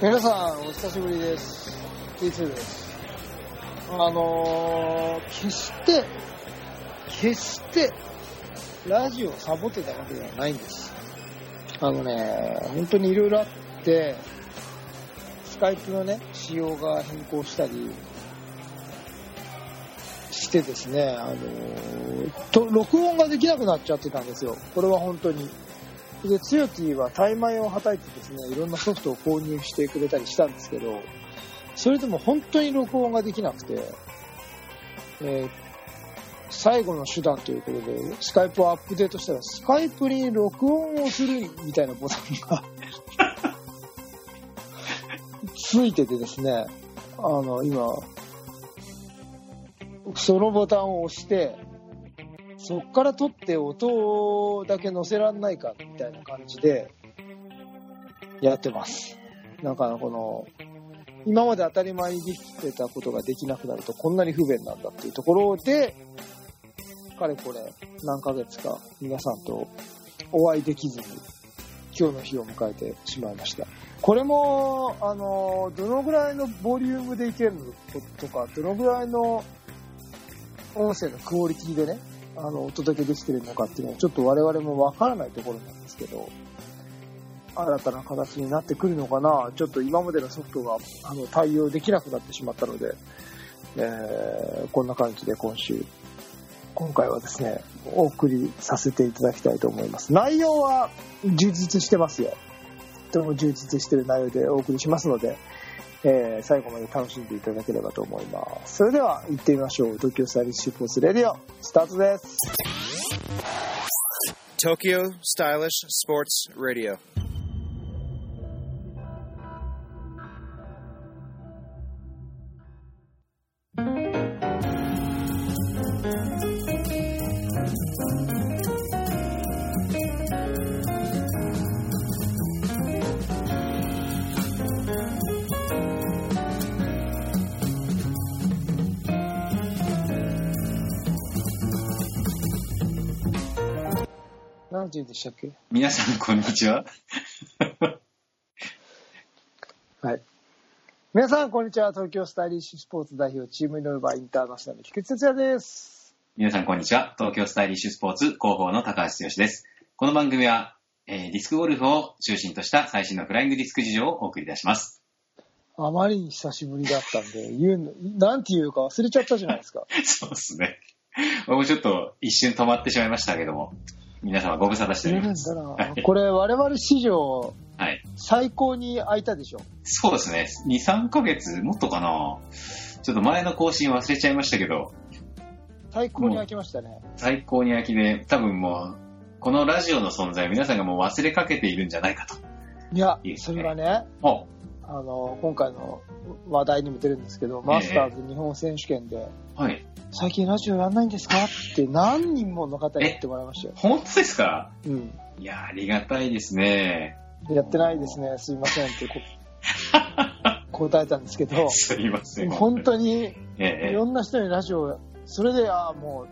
皆さん、お久しぶりです。T2 です。あのー、決して、決して、ラジオをサボってたわけではないんです。あのね、本当にいろいろあって、スカイプのね、仕様が変更したりしてですね、あのーと、録音ができなくなっちゃってたんですよ。これは本当に。で、つよティはタイマイをはたいてですね、いろんなソフトを購入してくれたりしたんですけど、それでも本当に録音ができなくて、えー最後の手段ということで、スカイプをアップデートしたら、スカイプに録音をするみたいなボタンがついててですね、あの、今、そのボタンを押して、そっから撮って音だけ載せらんないかみたいな感じでやってます。なんかこの、今まで当たり前にできてたことができなくなるとこんなに不便なんだっていうところで、かれこれ何ヶ月か皆さんとお会いできずに今日の日を迎えてしまいました。これも、あの、どのぐらいのボリュームでいけるのとか、どのぐらいの音声のクオリティでね、あの、お届けできてるのかっていうのは、ちょっと我々もわからないところなんですけど、新たな形になってくるのかな、ちょっと今までのソフトがあの対応できなくなってしまったので、えーこんな感じで今週、今回はですね、お送りさせていただきたいと思います。内容は充実してますよ。とても充実してる内容でお送りしますので、えー最後まで楽しんでいただければと思います。それでは行ってみましょう。東京スタイリッシュスポーツレディオ、スタートです。 Tokyo Stylish Sports Radio. 何時でしたっけ皆さん、こんにちは。はい。皆さん、こんにちは。東京スタイリッシュスポーツ代表チームイノーバーインターナショナル、菊池哲也です。皆さん、こんにちは。東京スタイリッシュスポーツ広報の高橋剛です。この番組は、えーディスクゴルフを中心とした最新のフライングディスク事情をお送りいたします。 あまりに久しぶりだったんで、言うの、なんて言うか忘れちゃったじゃないですか。そうですね。僕もちょっと一瞬止まってしまいましたけども、皆様ご無沙汰し忘ておれりるんます。だなは。いこれ、我々史上、はい。最高に空いたでしょ。そうですね。2、3ヶ月もっとかなちょっと前の更新忘れちゃいましたけど、最高に空きましたね。最高に飽きで、多分もう、このラジオの存在を皆さんがもう忘れかけているんじゃないかと。いやいい、ですそねれがね、おあの、今回の話題にも出るんですけど、マスターズ日本選手権で、はい。最近ラジオやんないんですかって何人もの方に言ってもらいましたよ。本当ですかうん。いやー、ありがたいですね。やってないですね、すいません ってこ答えたんですけど、すいません。本当にに。いええろんな人にラジオ、それで、ああ、も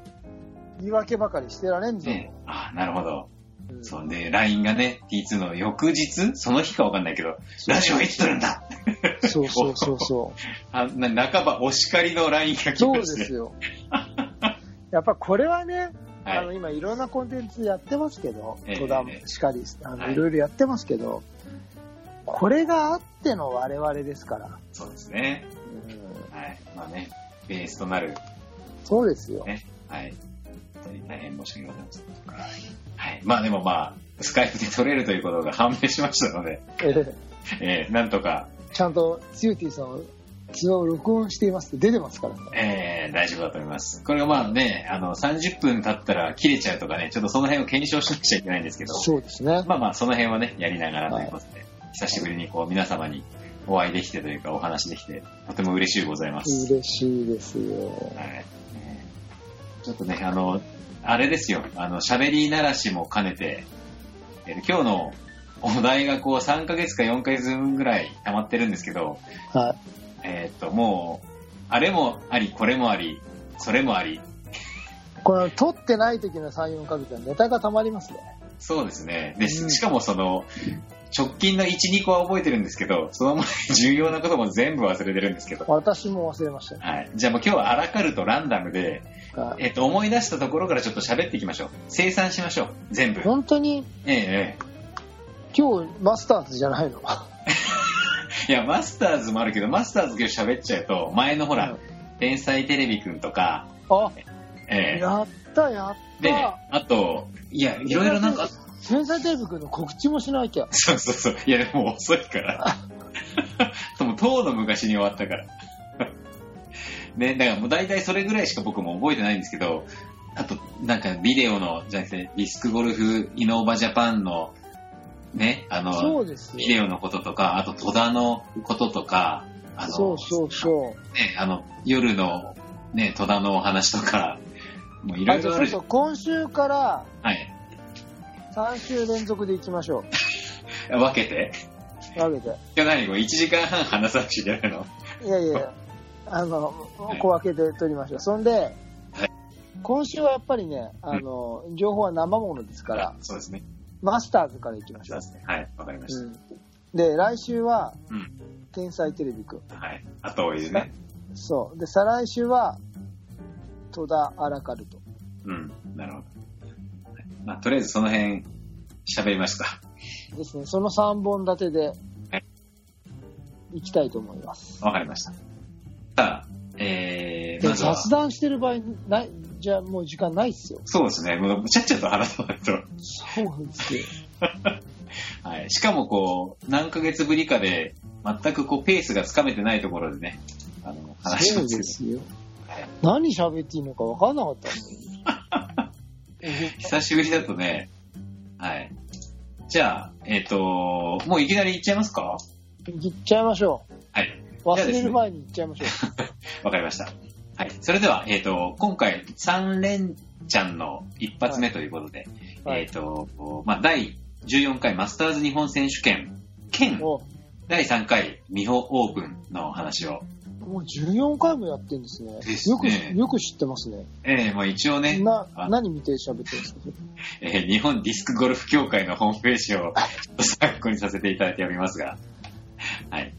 う言い訳ばかりしてられんぞえ、えあーなるほど。うんそうで、LINE がね、T2 の翌日、その日かわかんないけど、ラジオいつ撮るんだそうそうそうそ あな半ばお叱りの LINE がう、来そうまでしてす よ。やっぱこれはね、あのはい。今いろんなコンテンツやってますけど、ええ登壇もしかり、あはのいいろいろやってますけど、これがあっての我々ですから、そうですね。うんはい。まあね、ベースとなる、そうですよ。ね。はい。本当に大変申し訳ございません。はい。まあでもまあ、スカイプで撮れるということが判明しましたので、ええええなんとか、ちゃんと、ツユーティさんを昨日録音していますって出てますからね。えー、大丈夫だと思います。これがまあね、あの、30分経ったら切れちゃうとかね、ちょっとその辺を検証しなくちゃいけないんですけど、そうですね。まあまあ、その辺はね、やりながらということで、久しぶりにこう、皆様にお会いできてというか、お話できて、とても嬉しいございます。嬉しいですよ。はい。えーちょっとね、あの、あれですよ、あの、喋りならしも兼ねて、えー今日のお題がこう3ヶ月か4ヶ月分ぐらい溜まってるんですけど、はえーっと、もう、あれもあり、これもあり、それもあり、い。この、撮ってない時の3、4ヶ月はネタが溜まりますね。そうですね。で、うんしかもその、直近の1、2個は覚えてるんですけど、その前に重要なことも全部忘れてるんですけど。私も忘れましたね。はい。じゃあもう今日はアラカルトランダムで、はいえっと、思い出したところからちょっと喋っていきましょう。生産しましょう。全部。え本当に、ええ今日、マスターズじゃないのえ。いや、マスターズもあるけど、マスターズ今日喋っちゃうと、前のほうらん、天才テレビくんとか、 あ、ええやった、やっで、た。あと、いや、いろいろなんか、天才テレビくんの告知もしなきゃ。そうそうそう。いや、でも遅いから。でも、とうの昔に終わったから。ね、だからもう大体それぐらいしか僕も覚えてないんですけど、あと、なんかビデオの、じゃなくて、ディスクゴルフイノーバジャパンの、ね、あの、そうですビデよ。オのこととか、あと戸田のこととか、あの、そうそうそう。ね、あの、夜の、ね、戸田のお話とか、もういろあいじゃろあちあょるっじゃん。と今週からはい。 3週連続でいきましょ分けて。う。分けて。いや、何これ、1時間半話さなくちゃいけないのいやいやいや、あの、小分けで撮りましょう。そんで、今週はやっぱりね、あの、情報は生ものですから、そうですね。マスターズからいきましそょううで。すね。はい、わかりましうんで、来週はうん、天才テレビくん。た。はい。あとおいでね。そう。で、再来週は、戸田アラカルト。うん。なるほど。はいまあ、とりあえずその辺、喋りました。ですね。その3本立てではい、いきたいと思います。わかりました。さあ、えー、でまずは、雑談してる場合ない、じゃあもう時間ないっすよ。そうですね。もう、ちゃっちゃと話さないと。そうなんですよ。はい。しかも、こう、何ヶ月ぶりかで、全くこう、ペースがつかめてないところでね、あの、話しそうますでけどすよ。何喋っていいのか分かんなかったんだよ久しぶりだとね、はい。じゃあ、えっ、と、もういきなり行っちゃいますか行っちゃいましょはい。う。忘れる前に行っちゃいましょう。わかりました。はい。それでは、えっ、と、今回、三連チャンの一発目ということで、はいえっ、と、まあ、第14回マスターズ日本選手権、兼、も第3回美穂オープンのお話を、うもう14回もやってんですね。ですよくねよく知ってますね。えー、まあ一応ね、なあ何見て喋ってるんですかえー日本ディスクゴルフ協会のホームページを参考にさせていただいておりますが、はい。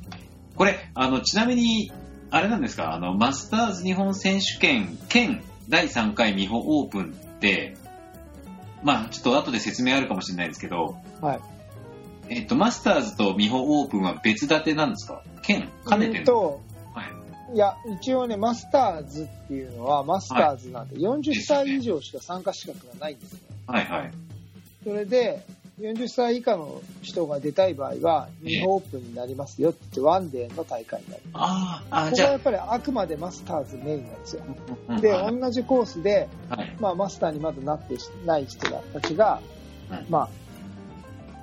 これ、あの、ちなみに、あれなんですか、あの、マスターズ日本選手権兼第3回美穂オープンって、まあ、ちょっと後で説明あるかもしれないですけど、はい。えっと、マスターズと美穂オープンは別立てなんですか兼兼ねてうるんと、、はいや、一応ね、マスターズっていうのはマスターズなんで、40歳以上しか参加資格がないんですね。はいはい。それで、40歳以下の人が出たい場合は、日本オープンになりますよって言って、ワンデーの大会になる。あーあ、こじこはゃやっぱりあくまでマスターズメインなんですよ。あ、で、うん同じコースで、はい。まあ、マスターにまだなってない人たちが、うんま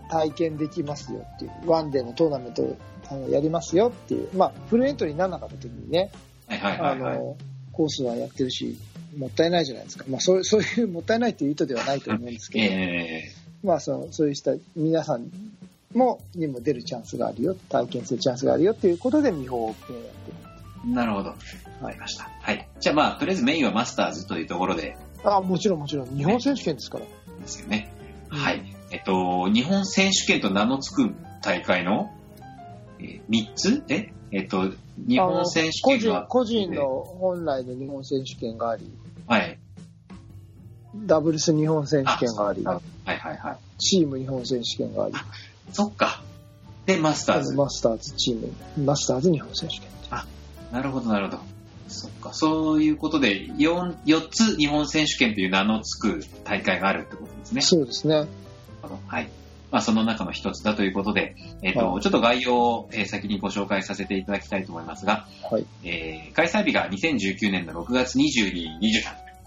あ、体験できますよっていう、ワンデーのトーナメントをあのやりますよっていう、まあ、フルエントリーにならなかった時にね、はいはいはあいはい。の、コースはやってるし、もったいないじゃないですか。まあ、そうそういう、もったいないという意図ではないと思うんですけど、 えまあ、そのそういう人皆さんもにも出るチャンスがあるよ体験するチャンスがあるよっていうことで見本をやってるー、なるほど。わかりました。はい。じゃあまあ、とりあえずメインはマスターズというところであもちろんもちろん日本選手権ですから、ですよね。うんはい。えっと、日本選手権と名の付く大会の、え3つええっと、日あの本選手個権人は、個人の本来の日本選手権がありはい。ダブルス日本選手権がありあはいはいはい。チーム日本選手権がありそっか。で、マスターズ。マスターズチームマスターズ日本選手権なるほどなるほど。そっか。そういうことで、4, 四つ日本選手権という名の付く大会があるってことですね。そうですねはい。まあ、その中の一つだということで、えっ、と、はいちょっと概要を、えー先にご紹介させていただきたいと思いますが、はいえー開催日が2019年の6月22、23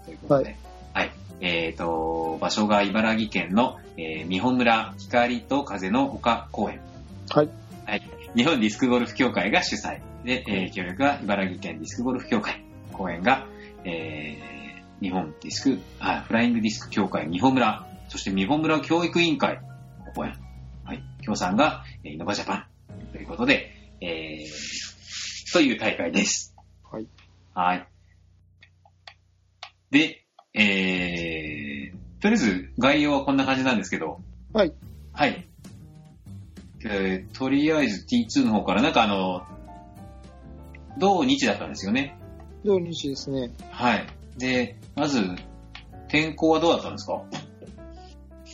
ということで、はい。えっ、と、場所が茨城県の、えー、三本村光と風の丘公園。はいはい。日本ディスクゴルフ協会が主催。で、えー協力が茨城県ディスクゴルフ協会。公園が、えー日本ディスク、あ、フライングディスク協会、三本村、そして三本村教育委員会。公演。はい。京さんが、えーイノバジャパン。ということで、えー、という大会です。はい。はい。で、えー、とりあえず概要はこんな感じなんですけど、はい。はい。えー、とりあえず T2 の方から、なんかあの、同日だったんですよね。土日ですね。はい。で、まず、天候はどうだったんですか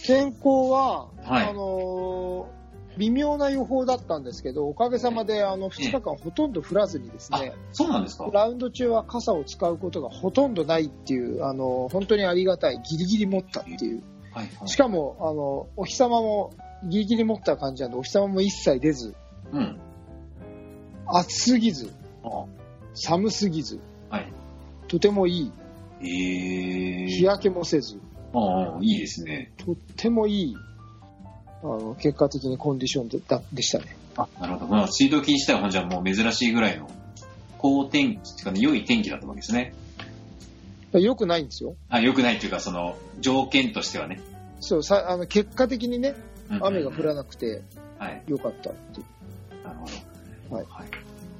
天候は、はいあのー微妙な予報だったんですけど、おかげさまであの2日間ほとんど降らずにですあね、、そうなんですかラウンド中は傘を使うことがほとんどないっていう、あの本当にありがたい、ギリギリ持ったっていう、はい、はいしかもあのお日様もギリギリ持った感じなんで、お日様も一切出ず、うん。暑すぎず、あ寒すぎず、はいとてもいええい、日焼けもせず、ああ、いいですね。とってもいいあの結果的にコンディションでだでしたね。あ、なるほど。まあ、水道禁止帯はほんじゃもう珍しいぐらいの、好天気っていうかね、良い天気だったわけですね。良くないんですよあ、良くないというか、その、条件としてはね。そうさあの結果的にねうん雨が降らなくてはい、よかったっていうなるほど。は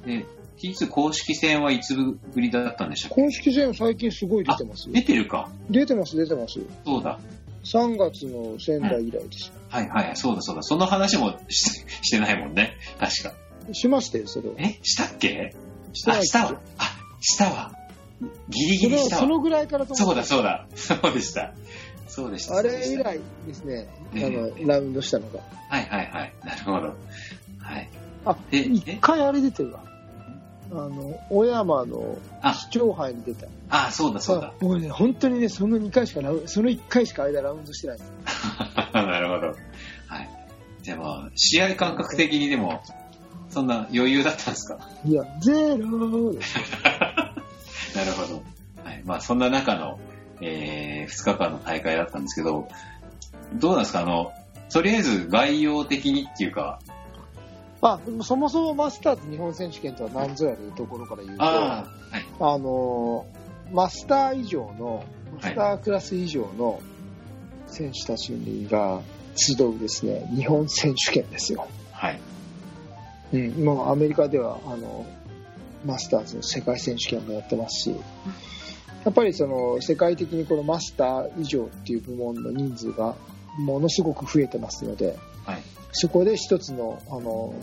いい。で、T2 公式戦はいつぶりだったんでしたっけ公式戦最近すごい出てますよ出てるか。出てます出てますそうだ。 3月の仙台以来です、はいはい、そうだそうだ。その話も ししてないもんね。確か。しましたよそれはえ、したっけしてないあ、でしすよたわ。あ、したわ。ギリそギれリはしたわそ。のぐらいからとそ思うだそうだ。そうでした。そうでした。あそうでれし以た来ですねあええのラウンドしたのがはいはいはい。なるほど。はい。あえ一え回あれ出てるわあの小山のあ市長杯に出たああ、そうだそうだあ。もうね本当にねその2回しかラウその1回しか間ラウンドしてない なるほど。はい。でも、試合感覚的にでも、そんな余裕だったんですかいやゼローですなるほど。はい。まあ、そんな中の、えー、2日間の大会だったんですけど、どうなんですかあの、とりあえず概要的にっていうか、まあ、そもそもマスターズ日本選手権とは何ぞやというところから言うと、あああ、はい。のーマスター以上の、マスタークラス以上の選手たちが集うですね、日本選手権ですよ。はい。うん、もうアメリカでは、あの、マスターズの世界選手権もやってますし、やっぱりその、世界的にこのマスター以上っていう部門の人数がものすごく増えてますので、はい。そこで一つのあの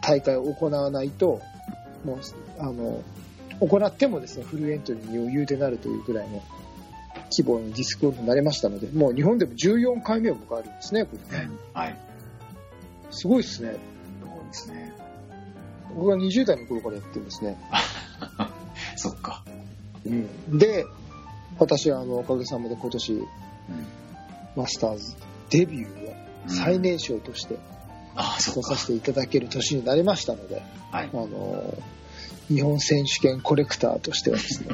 大会を行わないと、もうあの行ってもですねフルエントリーに余裕でなるというぐらいの規模のディスクゴルフになりましたので、もう日本でも14回目を迎えるんですね、これね。はい。すごいですね。そうですね。僕が20代の頃からやってるんですね。そっか。うん、で、私はあのおかげさまで今年、マスターズデビューを最年少としてああ、そ出っかさ。せていただける年になりましたので、はいあ。の日本選手権コレクターとしてはですね、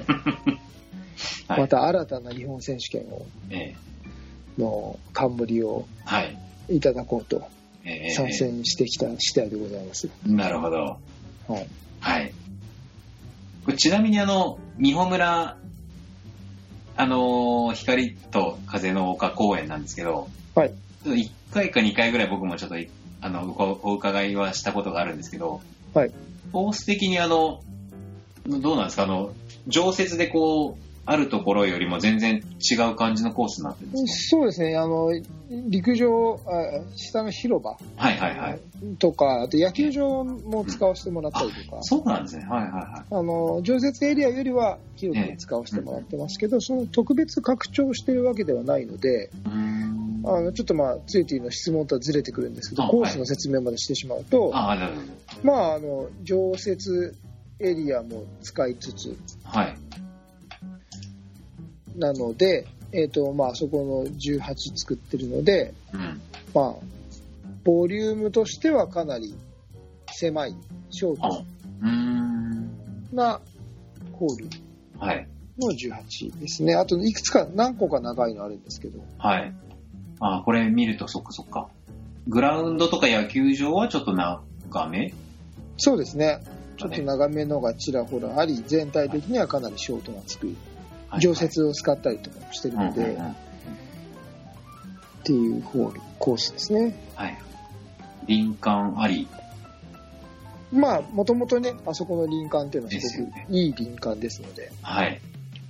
はいまた新たな日本選手権をええの冠をはい。いただこうとええ参戦してきた次第でございます。なるほど。はい、はい。これちなみにあの、三保村、あのー光と風の丘公園なんですけど、はい。 1回か2回ぐらい僕もちょっとい、あの、おお伺いはしたことがあるんですけど、はい。コース的にあの、どうなんですかあの、常設でこう、あるところよりも全然違う感じのコースになってるんですそうですね、あの陸上あ下の広場かはいはいはい。とか、あと野球場も使わせてもらったりとか。そうなんですね。はいはいはい。あの常設エリアよりは広く使わせてもらってますけど、その特別拡張してるわけではないので、うーんあのちょっとまあ、ツイティの質問とはずれてくるんですけど、あコースの説明までしてしまうと、あ、なるほど。まあ、あの、常設エリアも使いつつ、はい。なので、えっ、と、まあ、そこの18作ってるので、うん。まあ、ボリュームとしてはかなり狭い、ショーあ、うーん。トなホールはい。の18ですね。あと、いくつか、何個か長いのあるんですけど、はい。あ、これ見るとそっかそっか。グラウンドとか野球場はちょっと長めそうですね。ちょっと長めのがちらほらあり、全体的にはかなりショートな作り。はい常設を使ったりとかもしてるうんうのんうで、んっていう方コースですね。はい。林間あり。まあ、もともとね、あそこの林間っていうのはですすよごねくいい林間ですので、はい。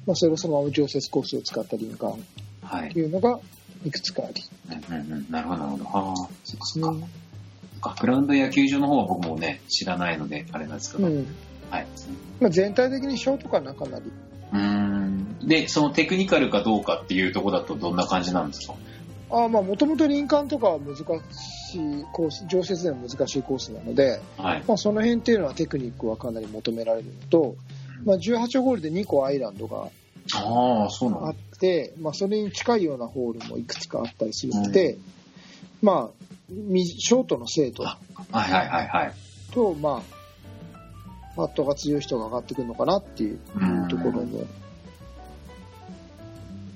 まあ、それをそのまま常設コースを使った林間っはいて。いうのがいくつかありうんうんうん。なるほど、なるほど。ああ、そっかですそっかね。そっか。グラウンド野球場の方は僕もね、知らないので、あれなんですうけど。ん。はい。まあ、全体的にショートかな、かなり。うーん。で、そのテクニカルかどうかっていうとこだとどんな感じなんですかああ、まあ、もともと林間とかは難しいコース、常設では難しいコースなので、はい。まあ、その辺っていうのはテクニックはかなり求められるのと、まあ、18ホールで2個アイランドがああ、そうなんあだ。って、まあ、それに近いようなホールもいくつかあったりするので、まあ、みショートの生徒はいはいはいはい。と、まあ、パットが強い人が上がってくるのかなっていううんところの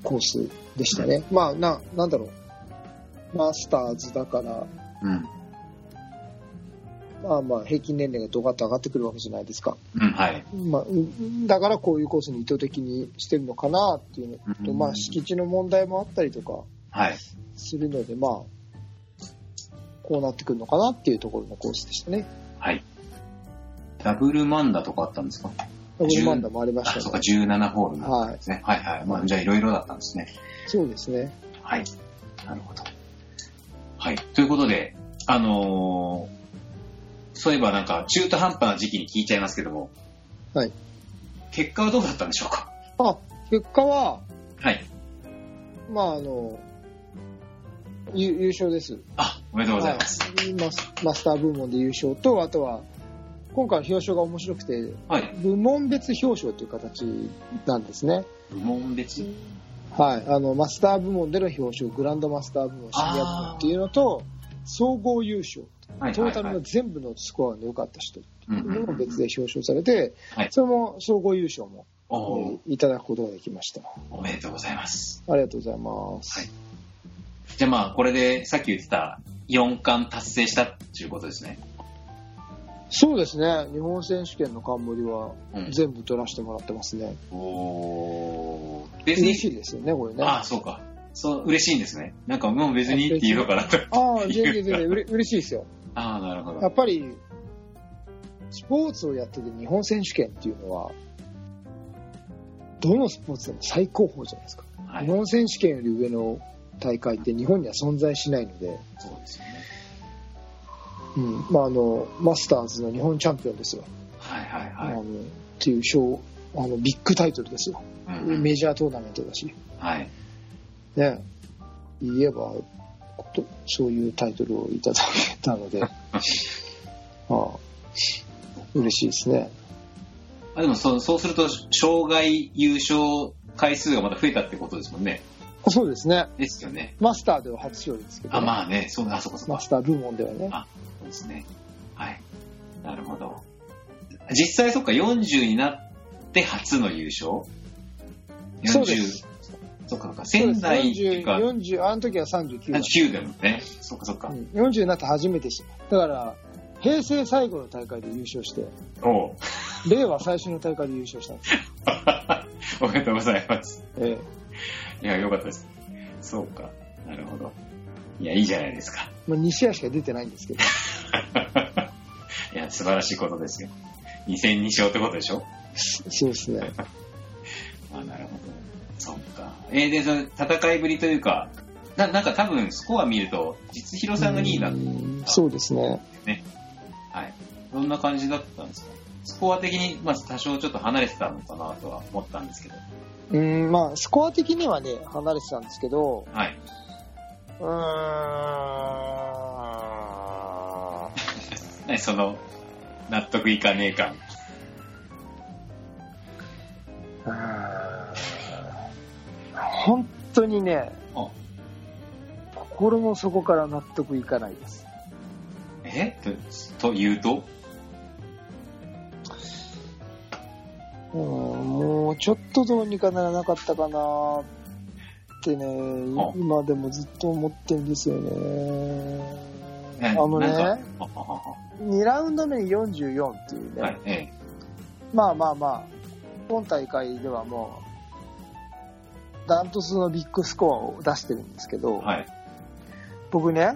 コースでしたね。まあ、な、なんだろう。マスターズだから、うん。まあまあ、平均年齢がドカッと上がってくるわけじゃないですか。うん、はい。まあ、うんだからこういうコースに意図的にしてるのかなっていうのと、うんまあ、敷地の問題もあったりとかはい。するので、まあ、こうなってくるのかなっていうところのコースでしたね。はい。ダブルマンダとかあったんですかゴルマンダもありまあ、しそたっか、ね。 17ホールなんはいで。すね。はいはい。まあ、じゃあいろいろだったんですね。そうですね。はい。なるほど。はい。ということで、あのーそういえばなんか中途半端な時期に聞いちゃいますけども、はい。結果はどうだったんでしょうかあ、結果は、はい。まあ、あの、ゆ優勝です。あ、おめでとうございます。はいマスマスター部門で優勝と、あとは、今回の表彰が面白くて、はい。部門別表彰という形なんですね。部門別。はい。あの、マスター部門での表彰、グランドマスター部門、シニア部門っていうのと、総合優勝、はい。トータルはいのはい全部のスコアが良かった人ってうんいうのうもん別で表彰されて、はいそれも総合優勝も、おーえーいただくことができました。おめでとうございます。ありがとうございます。はいじゃあまあ、これでさっき言ってた4冠達成したっていうことですね。そうですね、日本選手権の冠はうん全部取らせてもらってますね。おー。別嬉しに、いですよね、これね。ああ、そうか。そう、嬉しいんですね。なんかもう別にって言うのかなと。ああ、全然全然うれ嬉しいですよ。ああ、なるほどや。っぱり、スポーツをやってて日本選手権っていうのは、どのスポーツでも最高峰じゃないですか。は日い。本選手権より上の大会って日本には存在しないので、そうですよね。うんまあ、あのマスターズの日本チャンピオンですよ。はいはいあのはっていう賞、あのビッグタイトルですよ。い。うんメジャートーナメントだし、はい。ね、言えばことそういうタイトルをいただけたの で、ああ嬉しいですね。あでもそう、そうすると、障害優勝回数がまた増えたってことですもんね。そうですね。ですよね。マスターでは初勝利ですけど、あ、まあね、そう、あ、そこそこ。マスター部門ではね。そうですね。はい。なるほど。実際そっか、40になって初の優勝そうです。そっかそっか。仙台っていうか、そうです40 40、あの時は39だった39だもんね。そっかそっかう。ん40になって初めてしだから平成最後の大会で優勝しておう 令和最初の大会で優勝したんです、おめでとうございます。えいや、よかったです。そうか。なるほど。いや、いいじゃないですか。 えまあ、2試合しか出てないんですけどいや、素晴らしいことですよ。2戦2勝ってことでしょそうですねあ、なるほど。そっか。えーで、その戦いぶりというか、ななんか多分スコア見ると、実弘さんが2位だったんでうんそうですねすね。はい。どんな感じだったんですかスコア的に、まあ多少ちょっと離れてたのかなとは思ったんですけど。うんまあスコア的にはね離れてたんですけどはい。うーんねその、納得いかねえ感。本当にねあ心の底から納得いかないですえと、と言うとうんもうちょっとどうにかならなかったかなってねあ、今でもずっと思ってんですよね。えあのなんね、あああ2ラウンド目に44っていうね、あはい、ええ。まあまあまあ、今大会ではもう、ダントツのビッグスコアを出してるんですけど、はい。僕ね、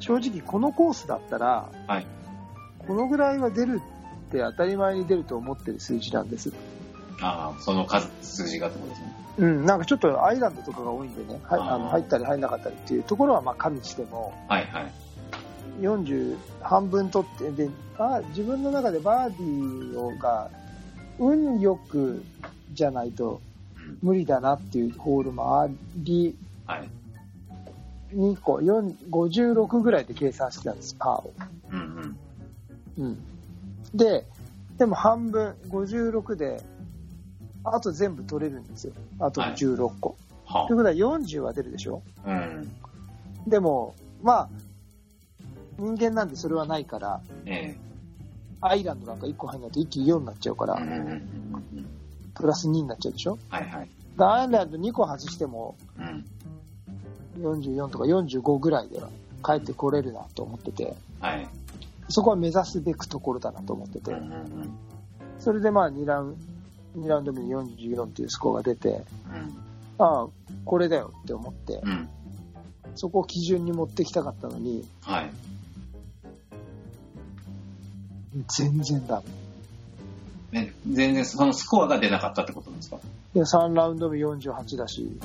正直このコースだったら、はいこのぐらいは出るって当たり前に出ると思ってる数字なんです。ああ、その数、数字がってことですね。うん、なんかちょっとアイランドとかが多いんでね、はい、ああのー入ったり入んなかったりっていうところはまあ加味しても、はいはい。 40半分取ってでバー自分の中でバーディーをが運よくじゃないと無理だなっていうホールもありはい。 2個4 56ぐらいで計算してたんですパーを、うんうん。うん、ででも半分56であと全部取れるんですよあと16個、はということは40は出るでしょあ。うん。でもまあ人間なんでそれはないからええアイランドなんか1個入んないと一気に4になっちゃうから、うんうんうんうんうん。プラス2になっちゃうでしょはいはい。だからアイランド2個外してもうん。 44とか45ぐらいでは帰ってこれるなと思っててはい。そこは目指すべくところだなと思ってうんてうんうん。それでまあ2ラウン2ラウンド目に44っていうスコアが出てうんああこれだよって思ってうん。そこを基準に持ってきたかったのにはい。全然ダメね、全然そのスコアが出なかったってことですかで3ラウンド目48だし、うん。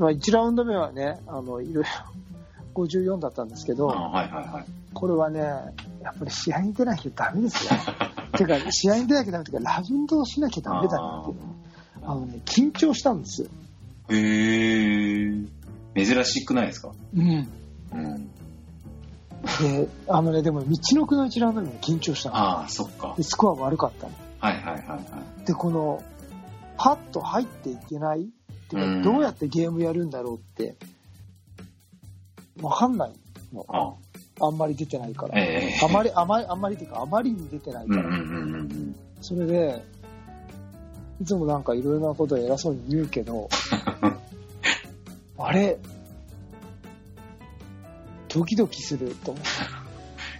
まあ、1ラウンド目はねあのいろいろ54だったんですけど、あはいはいはい。これはね、やっぱり試合に出なきゃダメですよ。てか、試合に出なきゃダメというか、ラウンドをしなきゃダメだなっていう。あのね、緊張したんですよ。へえ。珍しくないですかうん。うん。で、あのね、でも、道のくの一ラウンド目も緊張したの。ああ、そっかで、。スコア悪かったの。はいはいはいはい。で、この、パッと入っていけないってういんうか、どうやってゲームやるんだろうって、わかんない。あああんまり出てないから。ええあまり、あまり、あまりっていうか、あまりに出てないかうんら。うんうんうんそれで、いつもなんかいろいろなことを偉そうに言うけ ど、あれ、ドキドキすると思っ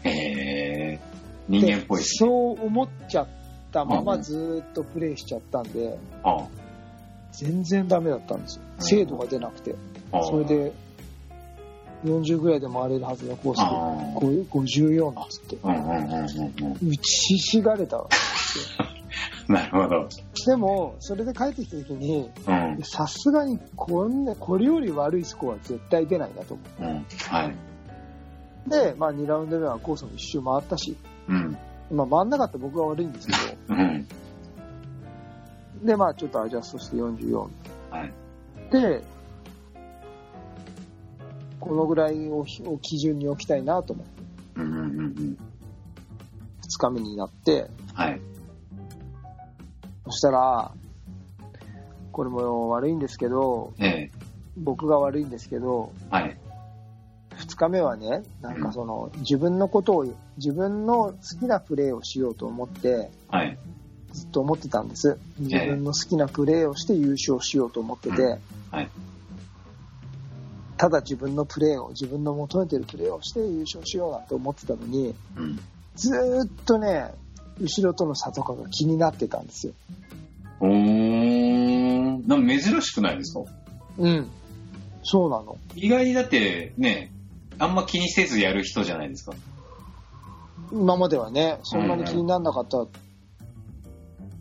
うん。へえ。て、人間っぽいですね。そう思っちゃったままずーっとプレイしちゃったんで、ああ全然ダメだったんですよ。精度が出なくて。ああそれで、40ぐらいで回れるはずのコースでああ、こう54っつって、うんうんうんうんう打ちひしがれたわ。ん。なるほど。でも、それで帰ってきた時に、うん。さすがにこんな、これより悪いスコアは絶対出ないなと思うん。はい。う。で、まあ2ラウンド目はコースも一周回ったし、うん。まあ回んなかった僕が悪いんですけうん。ど、で、まあちょっとアジャストして44。はい。で、このぐらいをを基準に置きたいなと思う。うんうんうんうん。 2日目になって、はい。そしたら、これも悪いんですけど、ええ。僕が悪いんですけど、はい。 2日目はね、なんかその、自分のことを、自分の好きなプレーをしようと思って、はい。ずっと思ってたんです。自分の好きなプレーをして優勝しようと思ってて、うんはいただ自分のプレーを、自分の求めてるプレーをして優勝しようなんて思ってたのに、うん。ずーっとね、後ろとの差とかが気になってたんですよ。おー。なんか珍しくないですかうん。そうなの。意外にだってね、あんま気にせずやる人じゃないですか。今まではね、そんなに気にならなかった、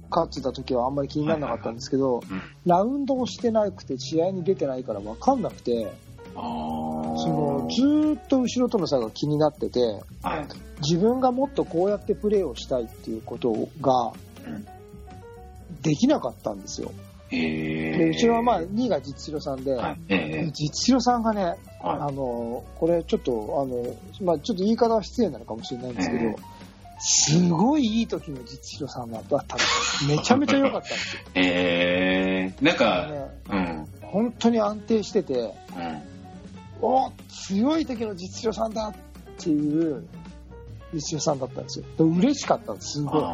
勝ってた時はあんまり気にならなかったんですけど、うん。ラウンドをしてなくて試合に出てないから分かんなくて、あーそのずーっと後ろとの差が気になってて、はい。自分がもっとこうやってプレーをしたいっていうことがうんできなかったんですよ。へでうちはまあは2位が実弘さんで、い。ええ実弘さんがね、はあのこれちょっとあの、まあ、ちょっと言い方は失礼なのかもしれないんですけど、うんすごいいい時の実弘さんだったんですめちゃめちゃ良かったんですよ。い。ええなんか、ねうん。本当に安定してて、うん。お強い時の実力さんだっていう実力さんだったんですよで嬉しかったんですすごいあ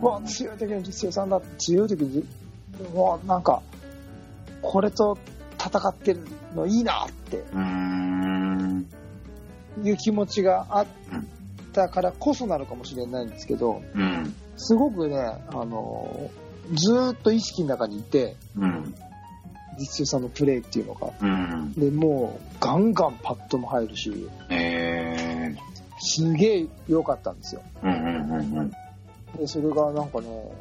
わ強い時の実力さんだ強い時にわなんかこれと戦ってるのいいなってーうーん。いう気持ちがあったからこそなのかもしれないんですけどうん。すごくねあのずーっと意識の中にいてうん。実通さんのプレーっていうのが。うん。で、もう、ガンガンパットも入るし、えすげえ良かったんですよ。ー。うんうんうんうん。で、それがなんかね、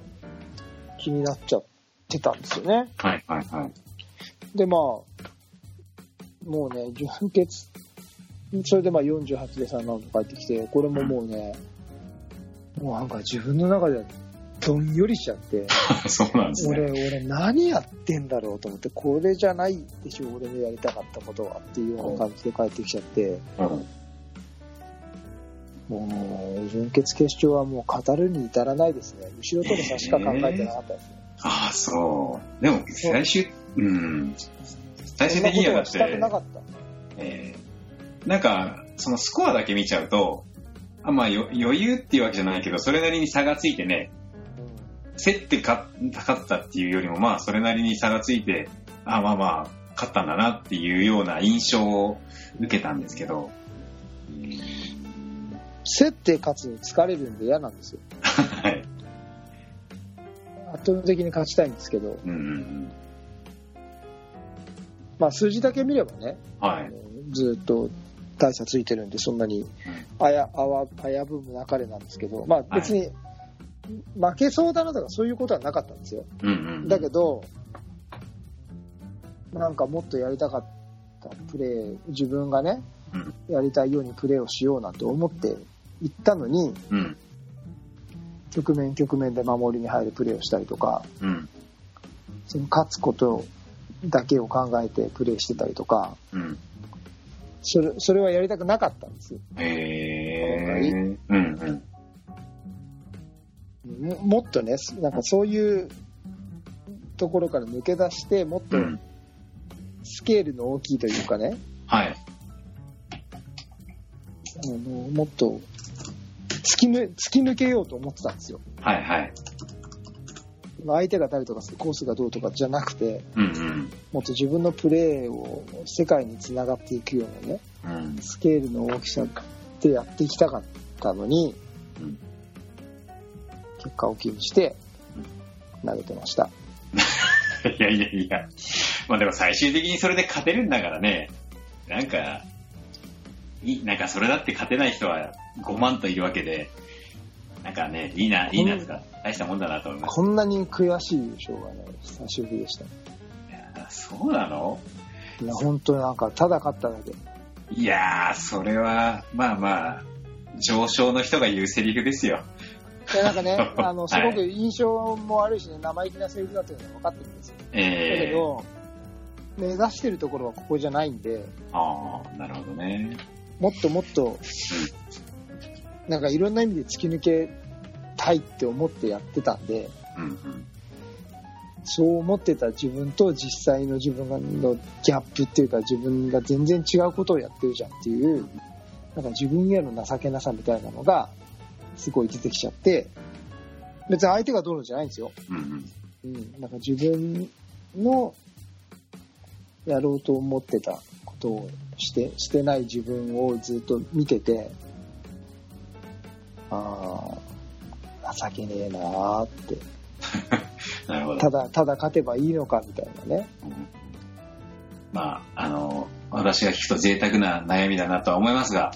気になっちゃってたんですよね。はいはいはい。で、まあ、もうね、準決、それでまあ48で3ラウンド帰ってきて、これももうね、もうなんか自分の中ではどんよりしちゃって、 そうなんですね。俺、俺何やってんだろうと思って、これじゃないでしょ、俺のやりたかったことはっていうような感じで帰ってきちゃって、うんもう、準決決勝はもう語るに至らないですね。後ろとの差しか考えてなかったですね。ああ、そう。でも、最終、うん。最終的にはだっそんなことはしたくてな、かった。えーなんか、そのスコアだけ見ちゃうと、あまあよ余裕っていうわけじゃないけど、それなりに差がついてね、競って勝勝ったっていうよりも、まあ、それなりに差がついて、あまあまあ、勝ったんだなっていうような印象を受けたんですけど、 うん競って勝つに疲れるんで嫌なんですよ。はい。圧倒的に勝ちたいんですけど、うんうんうん。まあ、数字だけ見ればね、はあい。のずっと大差ついてるんで、そんなにあやあわ危ぶむなかれなんですけど、まあ、別に負けそうだなとかそういうことはなかったんですよ。うんうん。だけど、なんかもっとやりたかったプレー、自分がねうん、やりたいようにプレーをしようなんて思っていったのに、うん。局面局面で守りに入るプレーをしたりとか、うん。その勝つことだけを考えてプレーしてたりとか、うん。それそれはやりたくなかったんですよえー。うんうん。ももっとねなんかそういうところから抜け出してもっとうん。スケールの大きいというかね、はい。あのもっと突きぬ突き抜けようと思ってたんですよはいはい。相手が誰とかコースがどうとかじゃなくてうんうん。もっと自分のプレーを世界につながっていくようなねうん。スケールの大きさでやっていきたかったのに、うん結果を気にして投げてました いやいやいや。まあでも最終的にそれで勝てるんだからね。なんか、いなんかそれだって勝てない人は5万といるわけで、なんかね、いいな、いいなとか、大したもんだなと思います。こんなに悔しい優勝がね久しぶりでしたあそうなのいや、本当になんか、ただ勝っただけ。いやー、それは、まあまあ、上昇の人が言うセリフですよ。、いや、なんかね あの、すごはく印象も悪いしね、生意気なセリフだというのは分かってるんです よ。だけええど、目指してるところはここじゃないんで、ああ、なるほどね。もっともっと、なんかいろんな意味で突き抜けたいって思ってやってたんで、うんうん。そう思ってた自分と実際の自分のギャップっていうか自分が全然違うことをやってるじゃんっていう、なんか自分への情けなさみたいなのがすごい出てきちゃって、別に相手がどうのじゃないんですよ。うんうん。うん。なんか自分のやろうと思ってたことをして、してない自分をずっと見てて、ああ、情けねえなーって。なるほど。ただ、ただ勝てばいいのかみたいなね。まあ、あの、私が聞くと贅沢な悩みだなとは思いますが、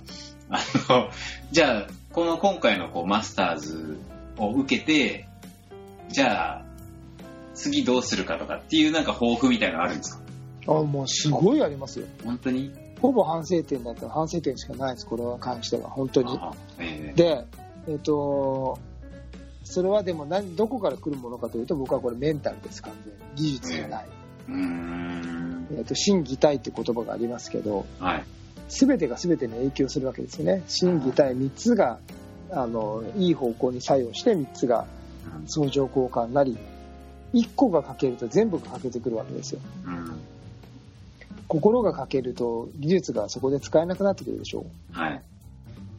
あの、じゃあ、この今回のこうマスターズを受けて、じゃあ、次どうするかとかっていうなんか抱負みたいなのあるんですかあもうすごいありますよ。本当にほぼ反省点だったら反省点しかないです、これは関しては、本当に。あええで、えっ、と、それはでも何、どこから来るものかというと、僕はこれメンタルです、完全に。技術じゃない。うーん。えっ、と、心技体って言葉がありますけど、はい。すべてがすべてに影響するわけですよね。心技体3つが、あの、いい方向に作用して、3つが相乗効果になり、1個が欠けると全部が欠けてくるわけですよ。うん。心が欠けると技術がそこで使えなくなってくるでしょう。はい。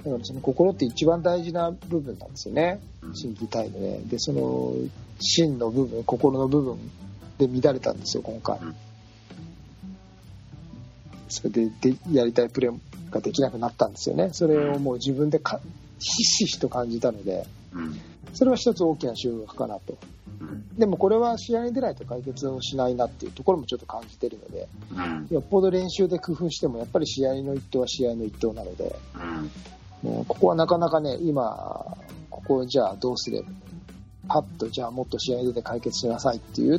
だからその心って一番大事な部分なんですよねうん心技体のねでその心の部分心の部分で乱れたんですよ今回うんそれででやりたいプレーができなくなったんですよねそれをもう自分でかひしひしと感じたのでうん。それは一つ大きな収穫かなとううんでもこれは試合に出ないと解決をしないなっていうところもちょっと感じてるので、うんよっぽど練習で工夫しても、やっぱり試合の一投は試合の一投なので、うんうんここはなかなかね、今、ここをじゃあどうすれば、パッとじゃあもっと試合に出て解決しなさいっていう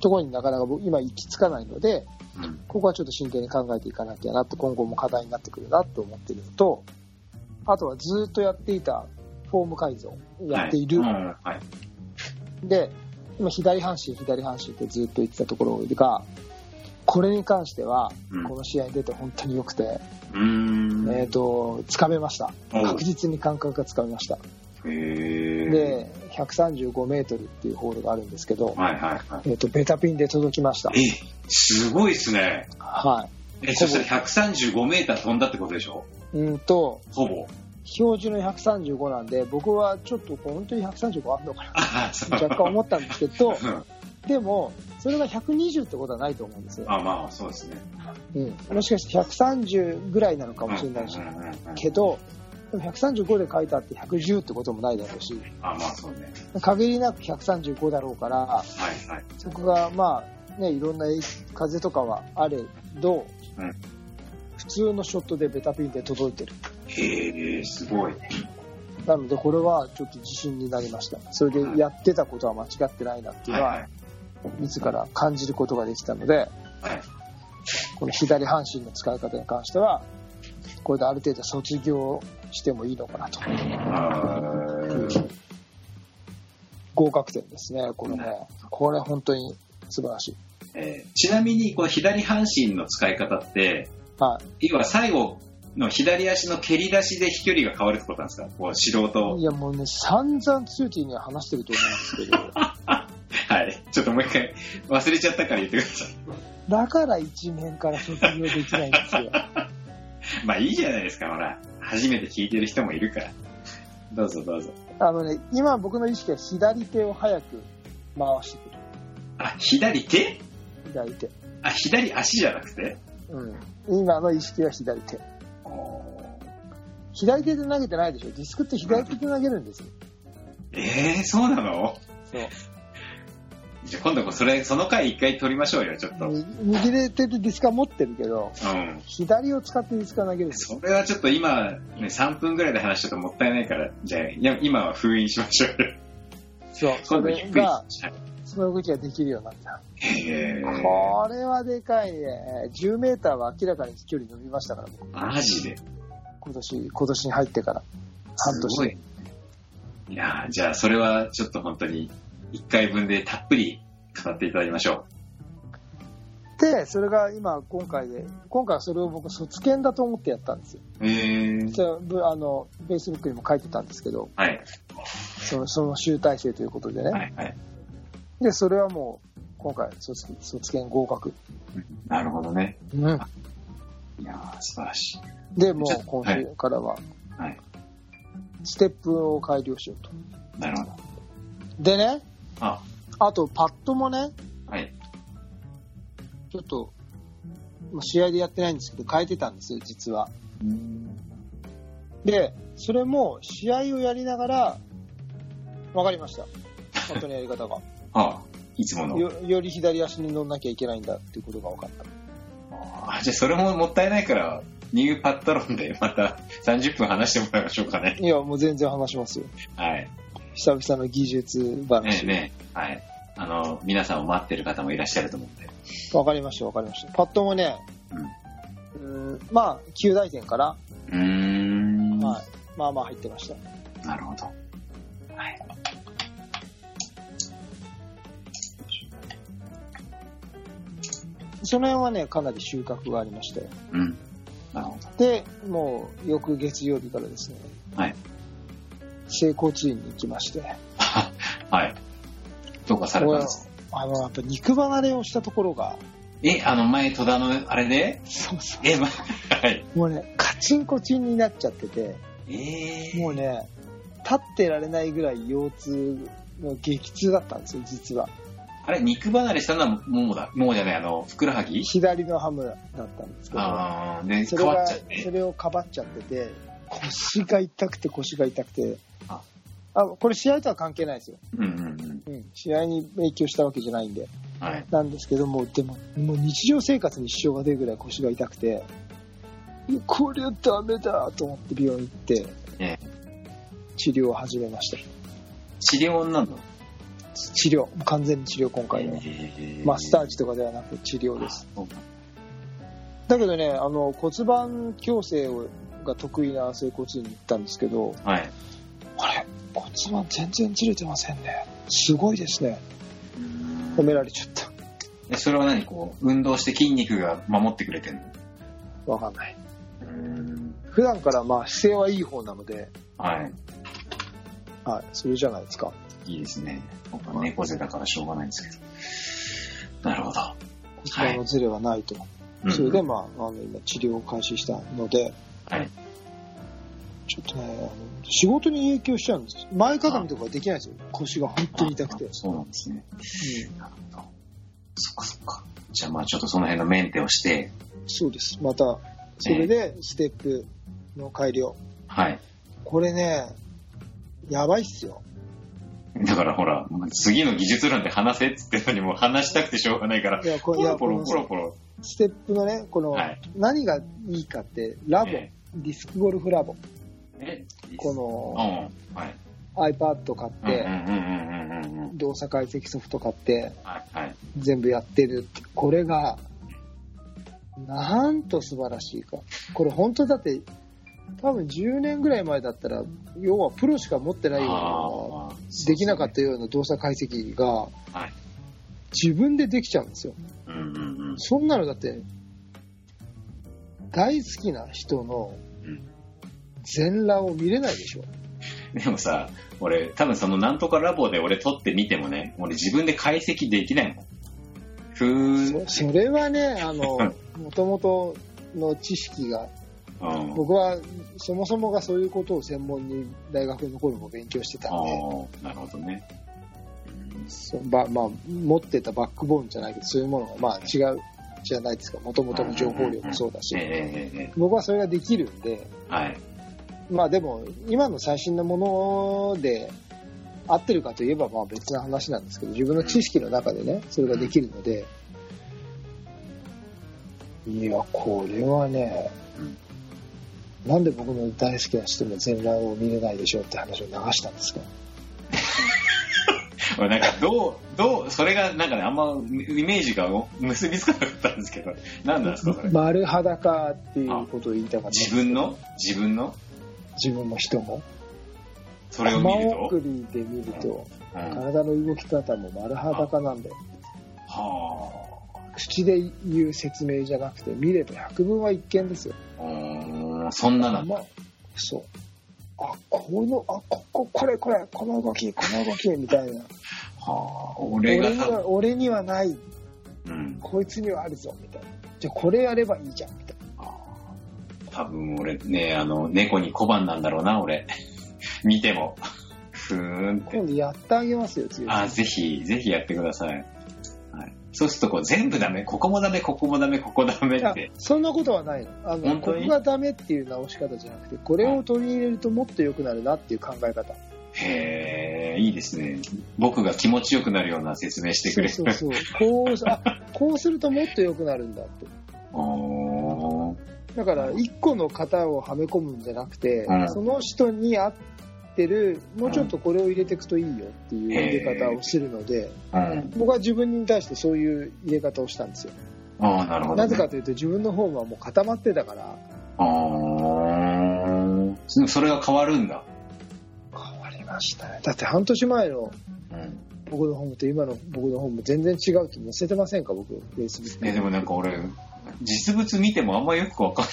ところになかなか僕今行き着かないので、うんここはちょっと真剣に考えていかなきゃなって、今後も課題になってくるなと思ってるのと、あとはずっとやっていたフォーム改造、やっている。はいうんはいで、今、左半身、左半身ってずっと言ってたところが、これに関しては、うんこの試合に出て本当に良くて、うーんえっ、と、つかめました。おう確実に感覚がつかめました。へーで、135メートルっていうホールがあるんですけど、はいはいはえっ、と、ベタピンで届きましたい。。え、すごいですね。はえ、そしたら135メーター飛んだってことでしょい。うんと、ほぼ。標準の135なんで、僕はちょっとこう本当に135あるのかあそうな 若干思ったんですけど、うんでも、それが120ってことはないと思うんですよ。あまあ、そうですね。うん、もしかして130ぐらいなのかもしれないしうん、うんうんうんけど、でも135で書いたって110ってこともないだろうし、あまあ、そうね。限りなく135だろうから、はいはい。そこがまあ、ね、いろんな風とかはあれど、うん普通のショットでベタピンで届いてる。へえ、すごい。なので、これはちょっと自信になりました。それでやってたことは間違ってないなっていうのはは、自ら感じることができたので、いはい。この左半身の使い方に関しては、これである程度卒業してもいいのかなと。はい。合格点ですね、これね。これ本当に素晴らしい。えーちなみに、この左半身の使い方って、は要は最後の左足の蹴り出しで飛距離が変わるってことなんですかこう素人い。い。やもうね、散々ツーティーには話してると思うんですけど、はい。ちょっともう一回忘れちゃったから言ってください。だから一面から卒業できないんです よ。まあいいじゃないですか、ほら。初めて聞いてる人もいるから。どうぞどうぞ。あのね、今僕の意識は左手を早く回してくる。あ、左手左手。あ、左足じゃなくてうん。今の意識は左手。おー左手で投げてないでしょ。ディスクって左手で投げるんですよ。えー、そうなのそう。じゃあ今度こうそれ、その回一回取りましょうよ、ちょっと。うん。み右手でディスクは持ってるけど、左を使ってディスクは投げるんですよ。それはちょっと今、ね、3分ぐらいで話しちゃうともったいないから、じゃあ、いや今は封印しましょうよ。そう。そ今度ゆれっくり。がは、その動きができるようになった。いへーこれはでかいね。10メーターは明らかに飛距離伸びましたから、僕マジで。今年、今年に入ってから。半すご年。い。いやーじゃあそれはちょっと本当に1回分でたっぷり語っていただきましょで、それが今、今回で、今回はそれを僕、卒検だと思ってやったんですよ。う。へえ。じゃあ、ぶあの、Facebook にも書いてたんですけど、はい。その、その集大成ということでね。はいはい。で、それはもう、今回卒、卒検合格。なるほどね。うん。いやー素晴らしい。で、もちょう今週からは、はい。ステップを改良しようと。なるほど。でね、あ、あと、パッドもね、はい。ちょっと、まあ試合でやってないんですけど、変えてたんですよ、実は。で、それも試合をやりながら、分かりました。本当にやり方が。あ、いつもの。よより左足に乗んなきゃいけないんだっていうことが分かった。あじゃあそれももったいないから、ニューパットロンで また30分話してもらいましょうかね。いや、もう全然話しますよ。はい。久々の技術ね話。えねえ。はい。あの、皆さんを待ってる方もいらっしゃると思うんで。分かりました、分かりました。パッドもね、うーん、まあ、旧大点から、うーん。はい、まあまあ入ってました。なるほど。はい。その辺はね、かなり収穫がありましたよ。うん。なるほど。で、もう、翌月曜日からですね、はい。成功チームに行きまして、はい。どうかされたんですかあの、やっぱ肉離れをしたところが、え、あの前、戸田のあれでそうそえ、ま、 はい。う。もうね、カチンコチンになっちゃってて、えー、もうね、立ってられないぐらい腰痛の激痛だったんですよ、実は。あれ、肉離れしたのはももだ。ももじゃない、あの、ふくらはぎ左のハムだったんですけど、あー、で、そ変れわがっちゃっ、てそ。れをかばっちゃってて、腰が痛くて腰が痛くてあ、あ、これ試合とは関係ないですよ。うんうんうん。試合に影響したわけじゃないんで。うん。はい。なんですけども、でも、もう日常生活に支障が出るぐらい腰が痛くて、こりゃダメだと思って病院行ってえ、治療を始めました。治療なの治療、完全に治療今回の。マッサージとかではなく治療です。そうかだけどね、あの骨盤矯正をが得意な整骨院に行ったんですけど、はい。あれ、骨盤全然ずれてませんね。すごいですね。褒められちゃった。えそれは何こう、運動して筋肉が守ってくれてるのわかんない。うん。普段からまあ姿勢はいい方なので、ははい、それじゃないですか。い。いいですね。僕は猫背だからしょうがないんですけど。なるほど。骨盤のズレはないと。うんそれで、まあ、あの今治療を開始したので、はいちょっとね、あの仕事に影響しちゃうんですよ前かがみとかできないですよ。腰が本当に痛くて。そうなんですね。なるほど。そっかそっか。じゃあまあちょっとその辺のメンテをして、そうです。また、それでステップの改良。はい。これね、やばいっすよ。だからほら、次の技術論で話せっつってのにもう話したくてしょうがないから、いや、こポれいやロこポロのポロポロ。ステップのね、この、はい何がいいかって、ラボ、えディスクゴルフラボ、えこうのん。はい。 iPad 買っうんうんて、うんうんうんうんうん。動作解析ソフト買って、はいはい。全部やってるってこれがなんと素晴らしいかこれ本当だって多分10年ぐらい前だったら要はプロしか持ってないようあーなできなかったような動作解析がはい自分でできちゃうんですようんうんうん。そんなのだって大好きな人のうん全裸を見れないでしょでもさ、俺、多分そのなんとかラボで俺撮ってみてもね、俺自分で解析できないもん。ふーん。そそれはねあのうんもともとの知識がうん僕はそもそもがそういうことを専門に大学の頃も勉強してたあんで、あ、なるほどね。そうばまあ、持ってたバックボーンじゃないけど、そういうものがまあ違うじゃないですか、もともとの情報量もそうだしええ、えええ僕はそれができるんで、えはい。まあでも、今の最新のもので合ってるかといえばまあ別な話なんですけど、自分の知識の中でね、それができるので、いや、これはね、うんなんで僕の大好きな人の全裸を見れないでしょうって話を流したんですか俺なんか、どう、 どう、それがなんかね、あんまイメージが結びつかなかったんですけど、何なんですか、それ。丸裸っていうことを言いたかった自分の自分の自分も人もそれを見る山と送、りで見るとうんは体の動き方も丸裸なんで口で言う説明じゃなくて見れば百聞は一見ですよあ。うーん、そんななんだ。まあそうあこのあこここれこれこの動きこの動きみたいなはあ、俺俺がに多分は俺にはないうん、こいつにはあるぞみたいなじゃあこれやればいいじゃんみたいな多分俺ね、あの、猫に小判なんだろうな、俺。見ても。ふーんって。今度やってあげますよ次あ、ぜひ、ぜひやってください。はい、そうするとこう、全部ダメ、ここもダメ、ここもダメ、ここダメいやって。そんなことはないのあの本当こにこがダメっていう直し方じゃなくてこれを取り入れるともっと良くなるなっていう考え方へえ、いいですね。僕が気持ちよくなるような説明してくれる。そうそうそうこうあこうするともっと良くなるんだっておーだから一個の型をはめ込むんじゃなくて、うんその人に合ってるもうちょっとこれを入れていくといいよっていう入れ方をするので、うん、僕は自分に対してそういう入れ方をしたんですよ、ああ、なるほど、ね。なぜかというと自分のフォームはもう固まってたからあーそそれが変わるんだ。変わりましたねだって半年前のうん僕のフォームと今の僕のフォーム全然違うって載せてませんか僕 Facebook えでもなんか俺、実物見てもあんまよくわかん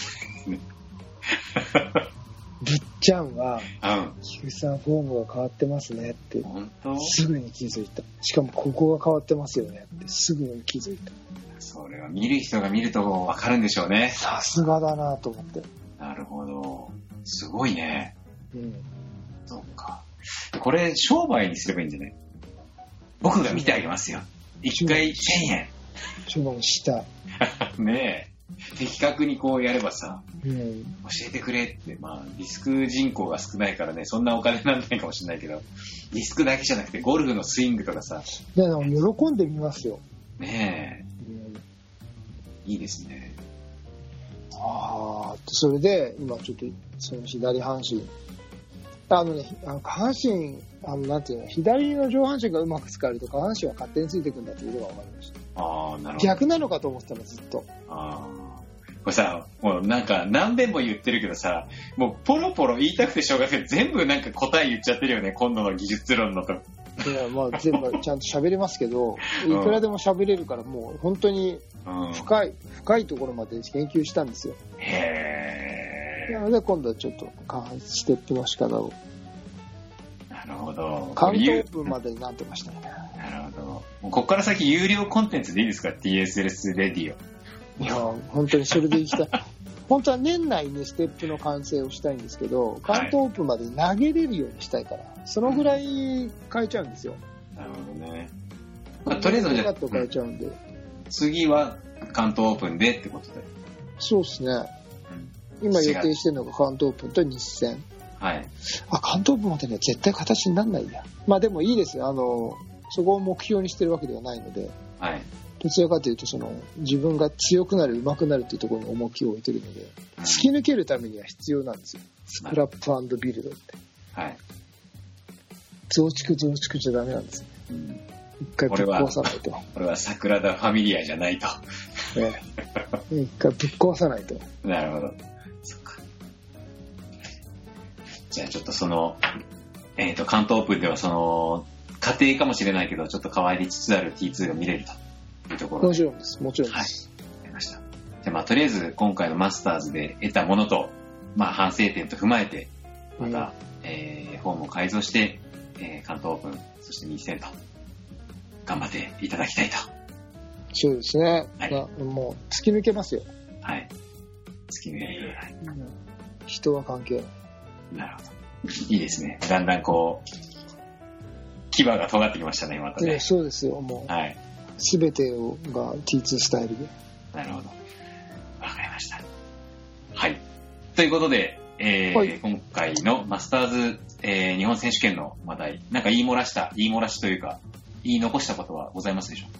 りっちゃんはない。うん。菊池さんフォームが変わってますねって本当すぐに気づいた。しかもここが変わってますよねってすぐに気づいた。それは見る人が見るとわかるんでしょうね。さすがだなと思って。なるほど。すごいね。うん。そっか。これ、商売にすればいいんじゃない僕が見てあげますよ。一回1000注文した。円。ね的確にこうやればさ、うん。教えてくれって、まあ、ディスク人口が少ないからね、そんなお金なんないかもしれないけど、ディスクだけじゃなくて、ゴルフのスイングとかさ、で、あの喜んでみますよ。ねうん、え、いいですね。ああ、それで、今ちょっと、その左半身。あのね、あの下半身、あの、なんていうの、左の上半身がうまく使えると下半身は勝手についてくんだってことが分かりました。ああ、なるほど。逆なのかと思ってたの、ずっと。あーこれさ、もうなんか何遍も言ってるけどさ、もうポロポロ言いたくてしょうがなくて、全部なんか答え言っちゃってるよね、今度の技術論のと。いや、まあ、全部ちゃんと喋れますけ ど、いくらでも喋れるから、もう本当にうん。深い、深いところまで研究したんですよ。へなので、今度はちょっと、下半ステップの仕方を、え。なるほど。カウントオ有ープンまでになってましたね。なるほど。もうここから先有料コンテンツでいいですか ?TSLS レディオ。いや、本当にそれでいきたい。 本当は年内にステップの完成をしたいんですけど、関東オープンまで投げれるようにしたいから、そのぐらい変えちゃうんですよ。なるほどね。まあ、とりあえずじカゃあット変えちゃうんで。次は関東オープンでってことで。そうですね。今予定してるのが関東オープンと日戦。はい。あ、関東オープンまでね、絶対形にならないや。まあでもいいですよ。あの、そこを目標にしてるわけではないので、はい。どちらかというと、その、自分が強くなる、上手くなるっていうところに重きを置いてるので、突き抜けるためには必要なんですよ。スクラップビルドって。はい。増築増築じゃダメなんですねうん一回ぶっ壊さないと、 これは桜田ファミリアじゃないと。ええ一回ぶっ壊さないとなるほど。そっか。じゃあちょっとその、えっ、と、関東オープンではその、家庭かもしれないけど、ちょっと変わりつつある T2 が見れるというところもで、ちろんですもちろんです、わかりました。じゃあまあ、とりあえず今回のマスターズで得たものと、まあ、反省点と踏まえて、また、えーフォームを改造して、えー関東オープン、そして2戦と、頑張っていただきたいと。そうですね、はいまあもう突き抜けますよ、はい。月見えはい。人は関係ないなるほど。いいですね。だんだんこう、牙が尖ってきましたね、またいねや。そうですよもうはい。全てをが T2 スタイルでなるほど。わかりました。はい。ということで、えーはい今回のマスターズ、えー日本選手権の話題、なんか言い漏らした、言い漏らしというか、言い残したことはございますでしょうか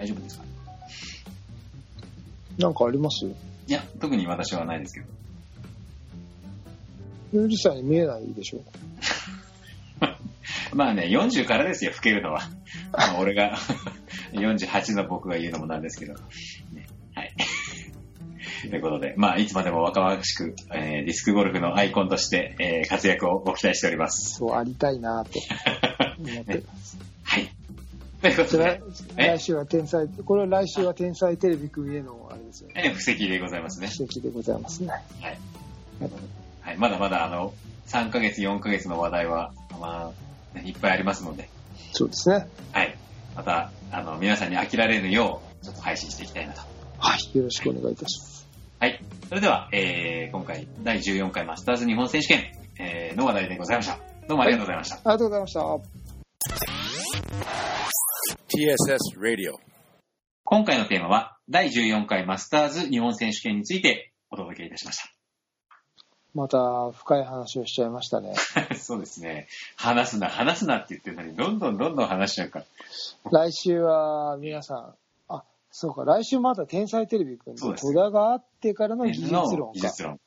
大丈夫ですかなんかありますいや、特に私はないですけど。ルールさんに見えないでしょまあね、40からですよ、老けるのは。あの俺が、48の僕が言うのもなんですけど。ねはい。ということで、まあ、いつまでも若々しく、えーディスクゴルフのアイコンとして、えー活躍をご期待しております。そうありたいな と思ってますはい。というこことちらで、え来週は天才これは来週は天才テレビ組へのあれですよねえー布石でございますね。指摘でございますねはい。はいはい、まだまだ、あの、3ヶ月、4ヶ月の話題は、まあ、いっぱいありますので、そうですねはい。また、あの、皆さんに飽きられぬよう、ちょっと配信していきたいなとはいよろしくお願いいたしますはい。それでは、えー、今回、第14回マスターズ日本選手権、えー、の話題でございました。どうもありがとうございました。ありがとうございました。 TSS Radio. 今回のテーマは、第14回マスターズ日本選手権についてお届けいたしましまた深い話をしちゃいましたね。た。 そうですね。話すな、話すなって言ってるのに、どんどんどんどん話しちゃうから。来週は皆さん、あ、そうか、来週また天才テレビくんでそうです戸田があってからの技術論の技か。術論。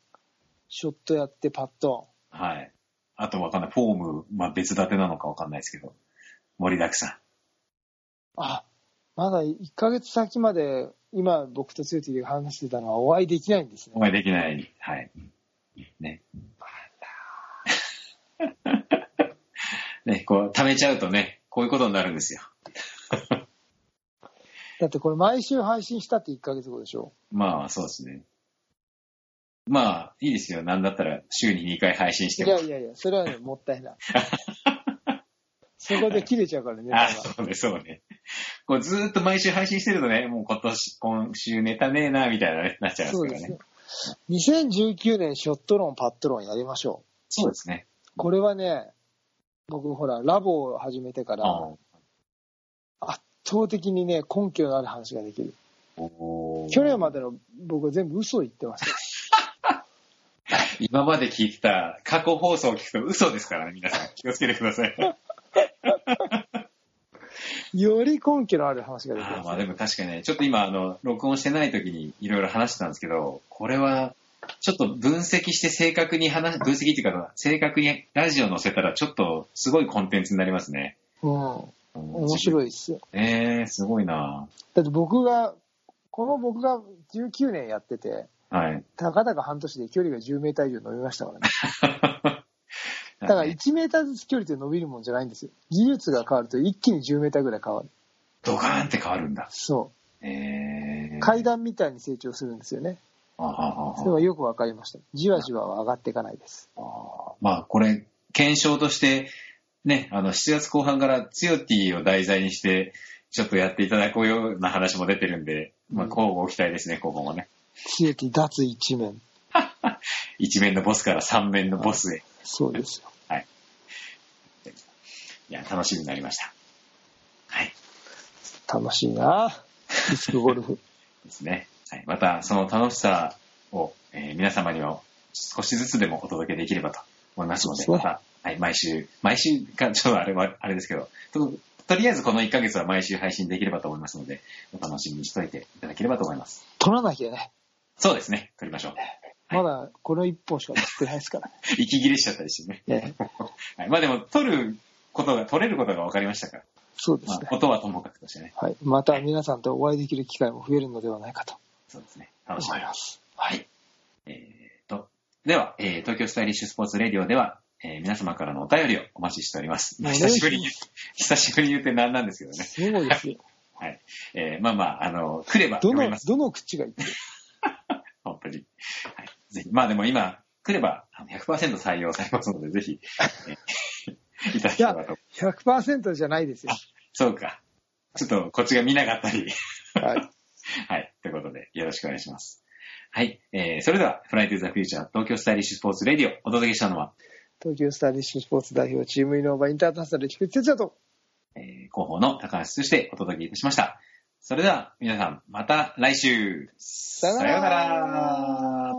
ショットやってパッと。はい。あとわかんない。フォーム、まあ、別立てなのかわかんないですけど、盛りだくさあ、まだ1ヶ月先まで今僕とつゆてが話してたのはお会いできないんですん。おね。前できない。はい。ね。 ね、こう、溜めちゃうとね、こういうことになるんですよ。だってこれ毎週配信したって1ヶ月後でしょ。まあ、そうですね。まあ、いいですよ。なんだったら、週に2回配信しいてもや。いやいや、それはね、もったいない。そこで切れちゃうから ね、ネタあ、がそうね、そうね。こうずーっと毎週配信してるとね、もう今年、今週ネタねえな、みたいなね、なっちゃいまそすうかでらすねね。。2019年ショット論、パット論やりましょう。そうですね。これはね、僕ほら、ラボを始めてから、あ圧倒的にね、根拠のある話ができる。おおー去年までの僕は全部嘘を言ってま した。今まで聞いてた過去放送を聞くと嘘ですからね、皆さん。気をつけてください。より根拠のある話ができあーままあす、でも確かにね、ちょっと今、あの、録音してない時にいろいろ話してたんですけど、これは、ちょっと分析して正確に話、分析っていうか、正確にラジオ載せたら、ちょっとすごいコンテンツになりますね。うん。面い。白いっすよ。えー、すごいなだって僕が、この僕が19年やってて、はい。たかだか半年で距離が10メーター以上伸びましたからね。だから はい1メーターずつ距離って伸びるもんじゃないんですよ。技術が変わると一気に10メーターぐらい変わる。 ドカーンって変わるんだ。そえう。ー。階段みたいに成長するんですよね。あははそれははよくわかりました。じわじわは上がっていかないです。あーまあ、これ、検証として、ね、あの、7月後半からツヨティを題材にして、ちょっとやっていただこうような話も出てるんで、まあ、うん交互期待ですね、今後もね。地域脱一面。一面のボスから三面のボスへ。そうですよ。いや、楽しみになりました。はい。楽しいなディスクゴルフ。ですね。はい、また、その楽しさを、えー皆様には少しずつでもお届けできればと思いますので、そうでますねた、はい、毎週、毎週か、ちょっとあれは、あれですけど、ととりあえずこの1ヶ月は毎週配信できればと思いますので、お楽しみにしといていただければと思います。取らなきゃね。そうですね。撮 りましょう。はいまだこの1本しか作ってないですから。息切れしちゃったりしてね。 ね、はい、まあでも、撮ることが、撮れることが分かりましたから、そうでますあ、ね。音はともかくとしてね。はい。また皆さんとお会いできる機会も増えるのではないかとそうですね。楽しみ思にいます。はい。えー、と、では、えー東京スタイリッシュスポーツレディオでは、えー皆様からのお便りをお待ちしております。お願いし久ますしぶりに、久しぶりに言って何なんですけどね。すごいですよ。 はい。えーまあまあ、あの、来ればど読みのま、す。どの口が言ってる本当に。はい。ぜひ、まあでも今、来ればあの100%採用されますので、ぜひ、えー いただければと思います。 ?100% じゃないですよ。そうか。ちょっと、こっちが見なかったり。 はい。はい。ということで、よろしくお願いします。はい。えー、それでは、フライトゥーザフューチャー東京スタイリッシュスポーツレディオ、お届けしたのは、東京スターリッシュスポーツ代表チームイノーバーインターナショナル菊池哲也と、えー広報の高橋としてお届けいたしました。それでは皆さん、また来週さよさようなら